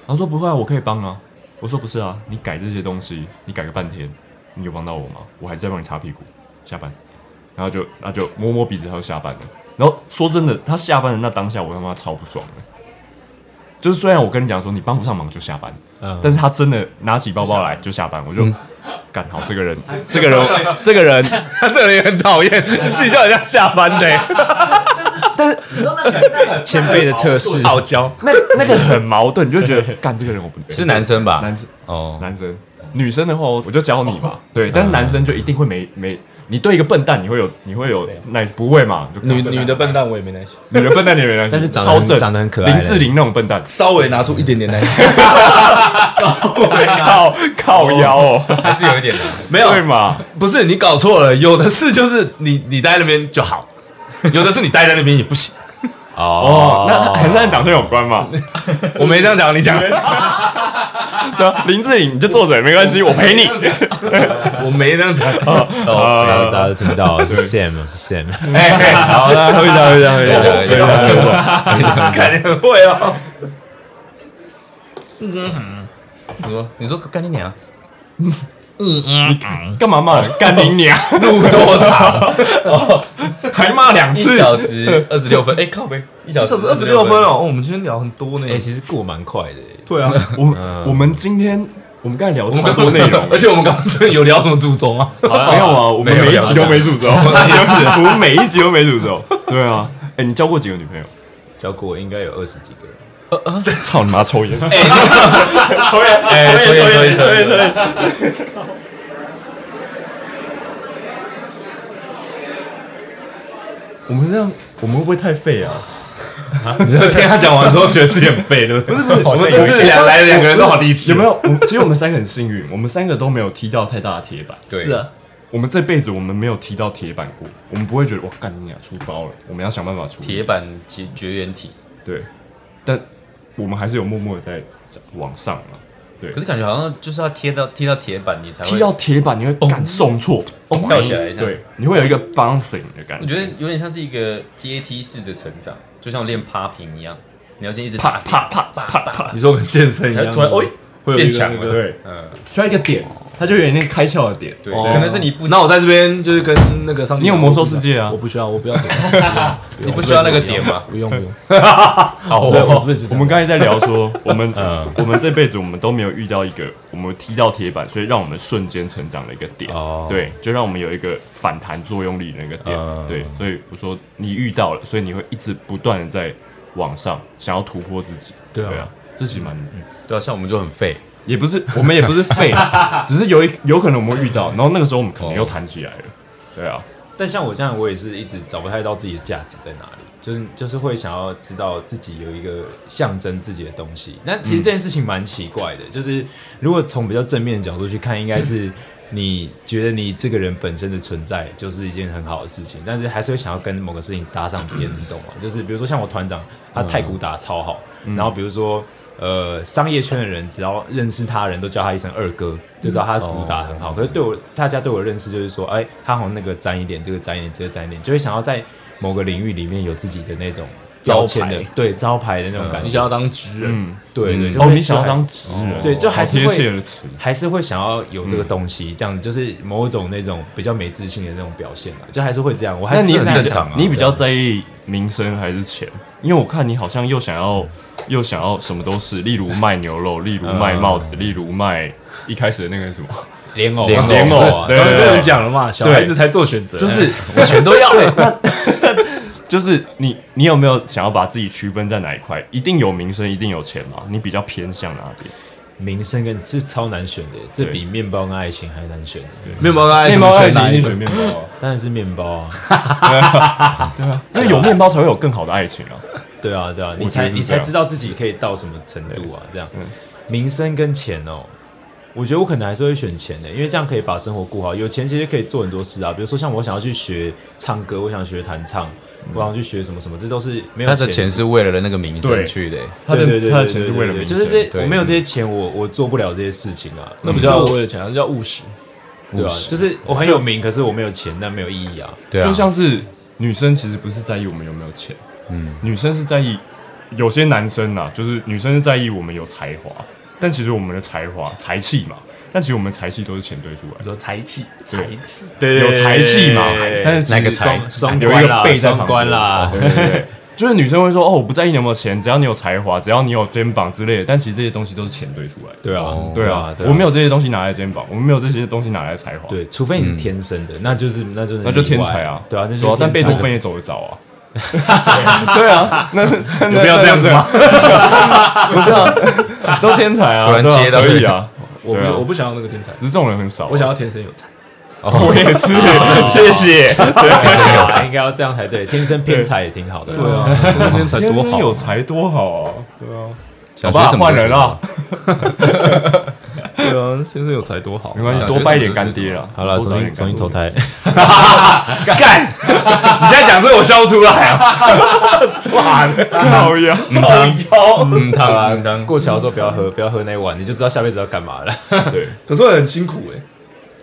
然后说不会啊，我可以帮啊。我说不是啊，你改这些东西，你改个半天，你有帮到我吗？我还在帮你擦屁股，下班。然后就那就摸摸鼻子，他就下班了。然后说真的，他下班的那当下，我他妈超不爽的。就是虽然我跟你讲说你帮不上忙就下班，
嗯
但是他真的拿起包包来就下班，我就干、好这个人，这个人，这个人，
他这个人也很讨厌，你自己叫人家下班的、
欸
前辈的测试，
傲娇。
那那个很矛盾，你就觉得干这个人我不
是男生吧？
男生
哦，
男生，女生的话我就教你嘛，对，但是男生就一定会没没，你对一个笨蛋你会有你会
啊
有耐不会嘛？就
女女的笨蛋我也没耐心，
女的笨蛋你也没耐心，
但是长得
超
很
正
长得很可爱
林志玲那种笨 蛋，
稍微拿出一点点耐心，
靠靠腰哦，
还是有一点的。
没有
对嘛？
不是你搞错了，有的是就是你你待在那边 就好，有的是你待在那边也不行。
哦，那还是和长相有关嘛？
我没这样讲，你讲，
对啊 林志颖，你就坐着没关 系，我陪你。
我没这样讲。
哦，没有大家都听到了是 Sam 是 Sam，
哎、好了，回家，回家，回家，回
啊
家，回家。
感觉很会哦。你说，你说干你娘！
干嘛骂人？干你娘！
录多 长？
还骂两
一
次，
小时二十六分。哎、靠呗，一小时
这是 二十六分。哦，哦我们今天聊很多呢。
哎，其实过蛮快的欸，
对啊，
我们我们今天嗯我们刚才聊这么多内容，
而且我们刚刚有聊什么注重啊？
没有啊，我们每一集都没诅咒， 我们每一集都没诅 咒。对啊，哎，你交过几个女朋友？
教过应该有二十几个。
操你妈，抽 烟！
哎、抽烟，抽烟，抽烟，抽烟。
我们这样，我们会不会太废啊？
你 就听他讲完之后，觉得自己很废，对不对？哦不是，我们这次两来两个人都好低级。
有没有？我们其实我们三个很幸运，我们三个都没有踢到太大的铁板。
对是啊，
我们这辈子我们没有踢到铁板过，我们不会觉得我干你俩出包了，我们要想办法出
铁板绝绝缘体，
对，但我们还是有默默的在往上啊嘛。对，
可是感觉好像就是要贴到贴到铁板，你才会
踢到铁板你会感送错，咚
跳起来一下
哦对，你会有一个 bouncing 的感
我觉得有点像是一个阶梯式的成长，就像练趴平一样，你要先一直
啪啪啪啪啪，
你说跟健身一
才
样，啊
突然哦，
会有
变强了。
对，
嗯，
需要一个点，它就有点那个开窍的点。
哦
对，可能是你不
那我在这边就是跟那个上帝，
你有魔兽世界啊
我不需要，我不要 点，
你不需要那个点嘛，
不用不用。
好，
哦
我
我这边就这样
我们刚才在聊说， 我们我们这辈子我们都没有遇到一个我们踢到铁板，所以让我们瞬间成长的一个点
哦，
对，就让我们有一个反弹作用力的那个点，
嗯
对，所以我说你遇到了，所以你会一直不断的在往上，想要突破自己，对啊，这其实蛮
嗯
对啊，像我们就很废。
也不是，我们也不是 废，只是有一有可能我们遇到，然后那个时候我们可能
哦
又弹起来了，对啊，
但像我这样，我也是一直找不太到自己的价值在哪里，就是就是会想要知道自己有一个象征自己的东西。那其实这件事情蛮奇怪的，就是如果从比较正面的角度去看，应该是你觉得你这个人本身的存在就是一件很好的事情，但是还是会想要跟某个事情搭上边，你懂吗？就是比如说像我团长，他太鼓打得超好，然后比如说。呃，商业圈的人只要认识他的人都叫他一声二哥，就知道他鼓打得很好。可是对我，大家对我的认识就是说，哎、他好像那个沾一点，这个沾一点，这个沾一点，就会想要在某个领域里面有自己的那种标签的
招牌，
对招牌的那种感
嗯
你
觉。
想要当职人，
嗯，
对对，就
哦，
会
你想要
就还
当直人，
对就还是
好贴
会
切的词，
还是会想要有这个东西，这样子就是某种那种比较没自信的那种表现啊吧，就还是会这样。我还是
你
现在
很正
就
常啊
你比较在意名声还是钱？因为我看你好像又想要又想要什么都是，例如卖牛肉，例如卖帽子，例如卖一开始的那个什么，
莲藕啊
莲藕
莲藕啊
对
对
刚刚有讲了嘛，小孩子才做选择，
就是我全都要。 那就是你你有没有想要把自己区分在哪一块？一定有名声，一定有钱嘛？你比较偏向哪边？
名声跟是超难选的，这比面包跟爱情还难选。对，
面包跟爱情，
面包爱情
哪
一定
一个
选面包啊，
当然是面包啊。
因为有面包才会有更好的爱情啊。
对啊，对啊，你
我觉得
才
是
你
这
才
样
知道自己可以到什么程度啊，这样。名声跟钱哦，我觉得我可能还是会选钱的，因为这样可以把生活顾好。有钱其实可以做很多事啊，比如说像我想要去学唱歌，我想学弹唱，我想去学什么什么，这都是没有
他的钱是为了那个名声去的欸，
他的
对对对
他的
对
钱是
对
为了
对
名声
就是这
对
我没有这些钱，我我做不了这些事情啊，
那不
嗯
叫我有钱，那叫务实。
对啊，就是我很有名，可是我没有钱，那没有意义啊。
对啊，
就像是女生其实不是在意我们有没有钱，嗯，女生是在意有些男生呐、就是女生是在意我们有才华，但其实我们的才华才气嘛，但其实我们才气都是钱堆出来
你
的，
说才气，才
对
气，
对
有才气嘛，但是其
哪个
实
才
双
双
有一
关
个
啦
背，在
双
旁
关
边
啦，
对对对。 就是女生会说哦，我不在意你有没有钱，只要你有才华，只要你有肩膀之类的。但其实这些东西都是钱堆出来的。
对啊，
对啊，
对
我没有这些东西拿来肩膀，我没有这些东西拿来才华。
对，除非你是天生的，那就是那就是
那就天
例外
才啊，
对啊，那就是
对
天
啊
才
但贝多芬也走得早啊。 对啊，那那不要这样子吗？ 不是啊，都天才啊，
突然
对啊
切到
可
这
以
个
啊，
我
对啊
不我不想要那个天才，
只是这种人很少啊。
我想要天生有才。
我也是，谢 谢。
天生有啊才应该要这样才对，天生偏才也挺好的。对啊，
天才多好，有才多好啊！
想
好吧
学什么
换人
了
啊，
对啊，天生有才多好
没。关系，
想
多
学
拜一
什
点
么就
干
学
爹
什么
啊。
好了，
多找
重
一点
新
干
重新
爹
投胎。
干！你现在讲这我笑出来 啊！
靠呀！
嗯，他当
过桥的时候不要喝，不要喝那一碗，你就知道下辈子要干嘛了。
对，
可是我很辛苦哎，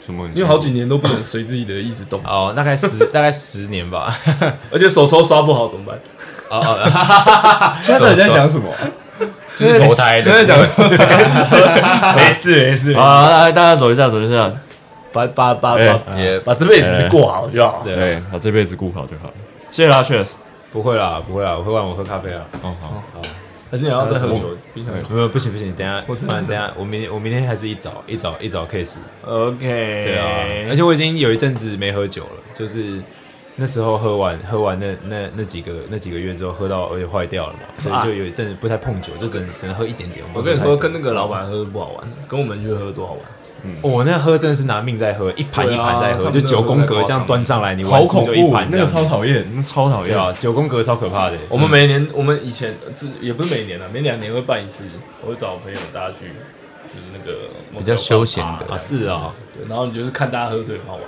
什么？
因为好几年都不能随自己的意志动，
哦，大概十大概十年吧。
而且手抽刷不好怎么办？
哦哦，
现在在讲什 么？
就是投胎的，
讲没事没事啊！来，大家走一下，走一下。
把把把
哎
把
也
把这辈子过好就好。
对，把这辈子顾哎好就好了。谢谢啦，Cheers。
不会啦，不会啦，我喝完我喝咖啡啊。
哦，好，
还是你要再喝酒？冰箱
没有，不行不行，等一下，不然等一下，我明天我明天还是一早一早一早 case。
OK，
对
对
啊，而且我已经有一阵子没喝酒了，就是那时候喝完喝完那那那几个那几个月之后，喝到而且坏掉了嘛，所以就有一阵子不太碰酒，就只能只能喝一点点。
啊我跟你说，跟那
个
个老板喝不好玩，跟我们去喝多好玩。
我、哦那喝真的是拿命在喝，一盘
对
一
啊
盘在
他
喝，
们
就
那个
九
喝
宫
太
格
夸
这样
张
端上来，你
好
完
恐
就一
怖
盘，这
那
样
个超讨厌，那超讨
对
厌。
啊，九宫格超可怕的。
我们每年，我们以前呃这也不是每年啊，每两年会办一次。我会找朋友大家去，就是那个
比较休闲的
啊，是啊，
对，然后你就是看大家喝醉很好玩，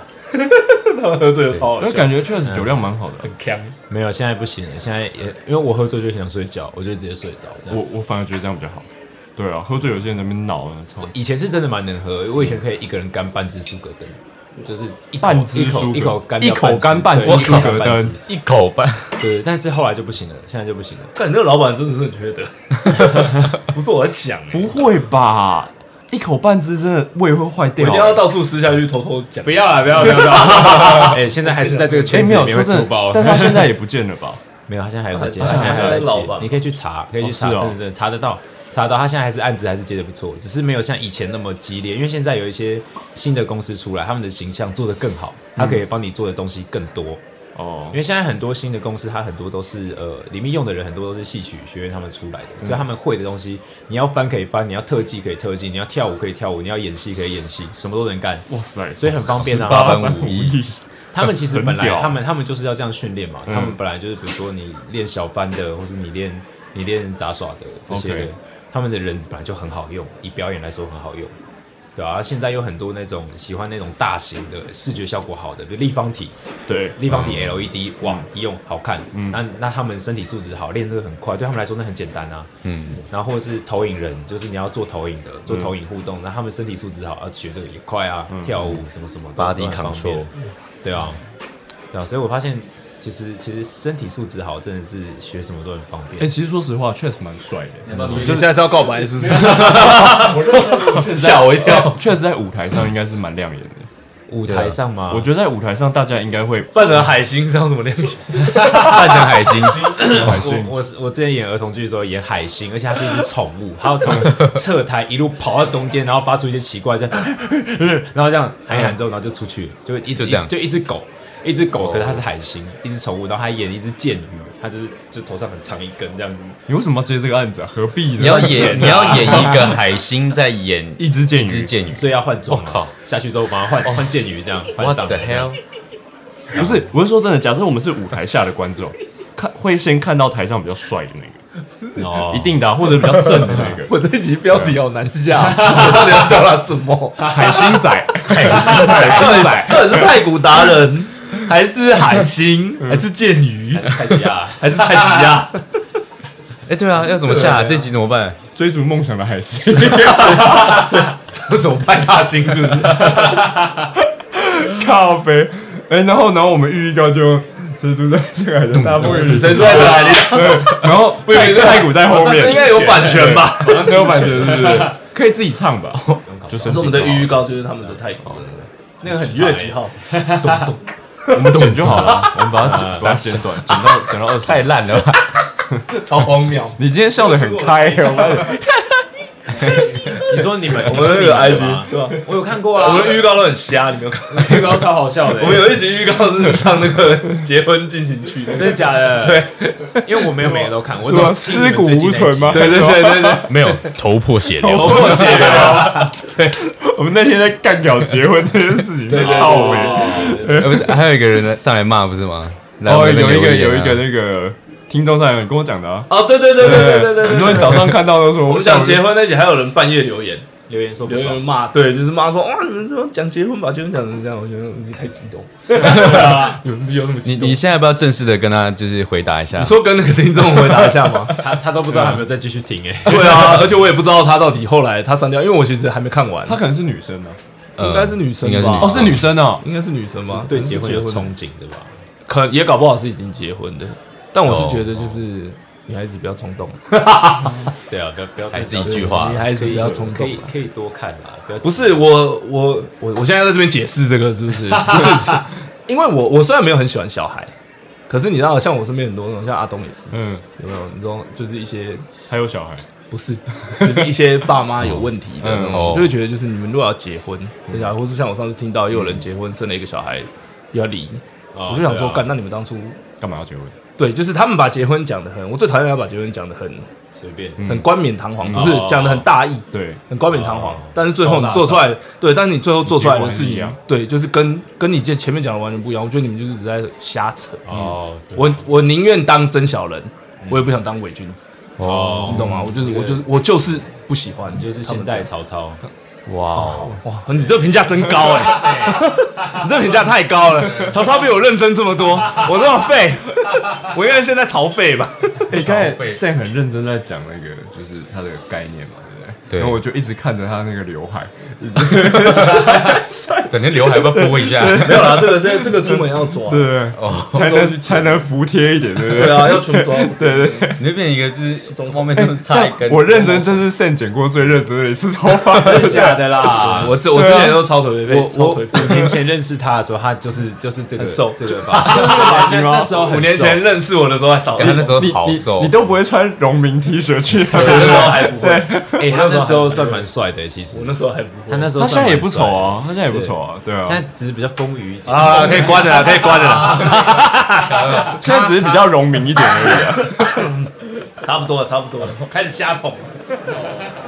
他们喝醉就超好
那
笑，
啊
感觉确实
嗯
酒量蛮好
哎
的啊、
很强。
没有，现在不行了，现在也因为我喝醉就想睡觉，我就直接睡着。这样
我我反而觉得这样比较好。对啊，喝醉有些人在那边闹啊，操！
哦以前是真的蛮能喝，我以前可以一个人干半只苏格登，就是一口
嗯半只
一口
苏格
一口干
一口
掉
干半
只
只
对
苏
一口
格
干半只
登
一口半，
对，但是后来就不行了，现在就不行了。
看你那个老板真的是很缺德，不是我在讲欸，
不会吧？一口半只真的胃会坏
我
掉哎
一定要到处私下去偷偷讲。
不要了，不要了，不要 了。哎，现在还是在这个
哎、
圈
没
子里
有
面
说
会
真
出
的
包，，
但他现在也不见了吧？
没有，他现在还有在接，
他
他
现
现
在
在还有在
还在老
接
吧。
你可以去查，可以去查，
哦是哦
真的真的查得到，查得到。他现在还是案子还是接的不错，只是没有像以前那么激烈，因为现在有一些新的公司出来，他们的形象做得更好，他
嗯
可以帮你做的东西更多。
哦
因，为现在很多新的公司，它很多都是呃，里面用的人很多都是戏曲学院他们出来的，
嗯
所以他们会的东西，你要翻可以翻，你要特技可以特技，你要跳舞可以跳舞，你要演戏可以演戏，什么都能干，
哇塞，
所以很方 便啊。
八分五亿，
他们其实本来
很屌嗯
他们他们就是要这样训练嘛，他们本来就是比如说你练小翻的，或是你练你练杂耍的这些的
OK
他们的人本来就很好用，以表演来说很好用。对啊，现在有很多那种喜欢那种大型的视觉效果好的，比如立方体，
对，
立方体 LED，哇，一用好看，那那他们身体素质好，练这个很快，对他们来说那很简单啊。嗯，然后或者是投影人，就是你要做投影的，做投影互动，那他们身体素质好，要学这个也快啊，跳舞什么什么的
，Body
都很方便
control
对啊，对啊，所以我发现其实其实身体素质好真的是学什么都很方便。
哎，其实说实话，确实蛮帅
嗯
的。
你就现在是要告白 是不是？
吓我一跳，确实在舞台上应该是蛮亮眼的。
舞台上嘛，
啊我觉得在舞台上大家应该会
扮成海星这样怎么练？扮成海星，
蛮
我
幸
我是我之前演儿童剧的时候演海星，而且它是一只宠物，它要从侧台一路跑到中间，然后发出一些奇怪的声，然后这样喊一喊之后，然后就出去，就一直
就这样
就一只狗，一只
哦
狗，可是它是海星，一只宠物，然后它演一只剑鱼，它就是就头上很长一根这样子，
你为什么要接这个案子啊？何必呢？
你要演你要
啊
演一个海星在演
一只
一
剑
只
鱼，
剑鱼，
所以要换种啊。
我靠
下去之后马上
哦
换换剑鱼这样换
What
上
the。hell？
不是，我是说真的，假设我们是舞台下的观众， 看会先看到台上比较帅的那个，
哦
一，定的啊、或者比较正的那个 啊
我这集标题好难下，我到底要叫他什么？
海星仔，海星仔，海星仔，
到底是太古达人，还是海星，还是剑鱼，
蔡奇亚，
还是啊蔡奇 亚？
哎，对啊，要怎么下啊？这集怎么办？
追逐梦想的海星，
为什么派大星？是不是？
靠呗。哎、然后，然后我们预告就追逐在这个海
嗯
星，大部分是
谁坐在这海里？
然后不一定太古在后面，
这应该有版权吧？
没有版权是不是？可以自己唱吧，就是
我们的预告就是他们的泰国的
那个很
几月几号？
我们剪就好了，我们把它剪，把它剪短，剪到剪到二十。
太烂了吧！
超荒谬！
你今天笑得很开哦，
你说你们，
我们那个 IG
对我有看过啊，
我们的预告都很瞎，你没有看？
预告超好笑的，
我们有一集预告是唱那个结婚进行曲的，
真的假的？对，因为我没有每个都看，我只有
尸骨无存吗？？
对对对对对，
没有头破血流，
头破血流。对，我们那天在干掉结婚这件事情，在靠北。
呃不是还有一个人上来骂不是吗？来我
哦，
们
有一个
留言啊
有一个那个听众上来跟我讲的啊，
哦，对对对对对对对 对
很多人早上看到都说
我们讲结婚那集，还有人半夜留言，
留言说不
留
爽
言。骂，对，就是骂说，
哦
哇，你们怎么讲结婚把结婚讲成这样？我觉得你太激动，
啊
有有那么
你
激动？
你现在要不要正式的跟他就是回答一下？
说跟那个听众回答一下吗？
他他都不知道有没有再继续听哎、
对啊， 而且我也不知道他到底后来他删掉，因为我其实还没看完
他，哦可能是女生呢，
呃
应该是女生
应该是
吧
女
哦，是女生哦，
应该是女生
啊
吧？
对结婚有
从
憧憬对吧？
可也搞不好是已经结婚的，但我是觉得就是女孩子不要冲动，
对啊，不要不要再
还是一句话
女，孩子
可以
不要冲
可
动
以。可以多看啦，不要
不是我我我我现在在这边解释这个是 不是？不是，因为我我虽然没有很喜欢小孩，可是你知道，像我身边很多那种，像阿东也是，
嗯，
有没有？你知道，就是一些
还有小孩，
不是，就是一些爸妈有问题的那
嗯哦
种，就会觉得就是你们如果要结婚
嗯
生小孩，或是像我上次听到，也有人结婚生了一个小孩要离，
哦
我就想说，
对啊
干，那你们当初
干嘛要结婚？
对，就是他们把结婚讲的很，我最讨厌他把结婚讲的很
随便，
很冠冕堂皇，
嗯
不是
哦
讲的很大义，
对，
很冠冕堂皇
哦，
但是最后你做出来的，对，但是你最后做出来的
结果还
事
是一
情
样，
对，就是跟跟你这前面讲的完全不一样。我觉得你们就是只在瞎扯。
哦，对
我我宁愿当真小人，
嗯
我也不想当伪君子，
哦
你懂啊吗？我就是我就是我就是不喜欢，
就是现代曹操，
哇，
哇，你这评价真高哎、 你这评价太高了。曹操比我认真这么 多，我这么 废，我应该现在曹废吧？
哎，刚才 Sam 很认真在讲那个，就是他的概念嘛，对不对？
对
然后我就一直看着他那个刘海，一直，
等下刘海要不要拨一下？
没有啦，这个是这个出门要抓
对
哦，
才能才能服帖一点，对不
对
对？
啊，要全抓。
对对
你就变成一个就是从后面都插一
对，，
根
啊我认真，这是 Sam 剪过最认真的一次头发，
真的假的啦？ 啊
我之我之前都超颓废，
我
超
我
颓废。
五年前认识他的时候，他就是就是这个
很瘦
这个 发型， 那那时候很
五年
瘦
前认识我的时候还少，
干他那时候
你
好
你
瘦
你，都不会穿农民 T 恤去，
那时候还不会，
哎，他那时候算蛮帅的，其实
我那时候还不
他
会。
那时候
他现在也不丑
算蛮
啊，他现在也不丑啊，对啊，
帅，现在只是比较丰腴一点。
啊，可以关了啦，可以关了啦，
现在只是比较农民一点而已啊。
差不多了，差不多了，开始瞎捧了。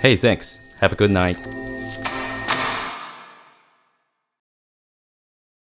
Hey, thanks. Have a good night.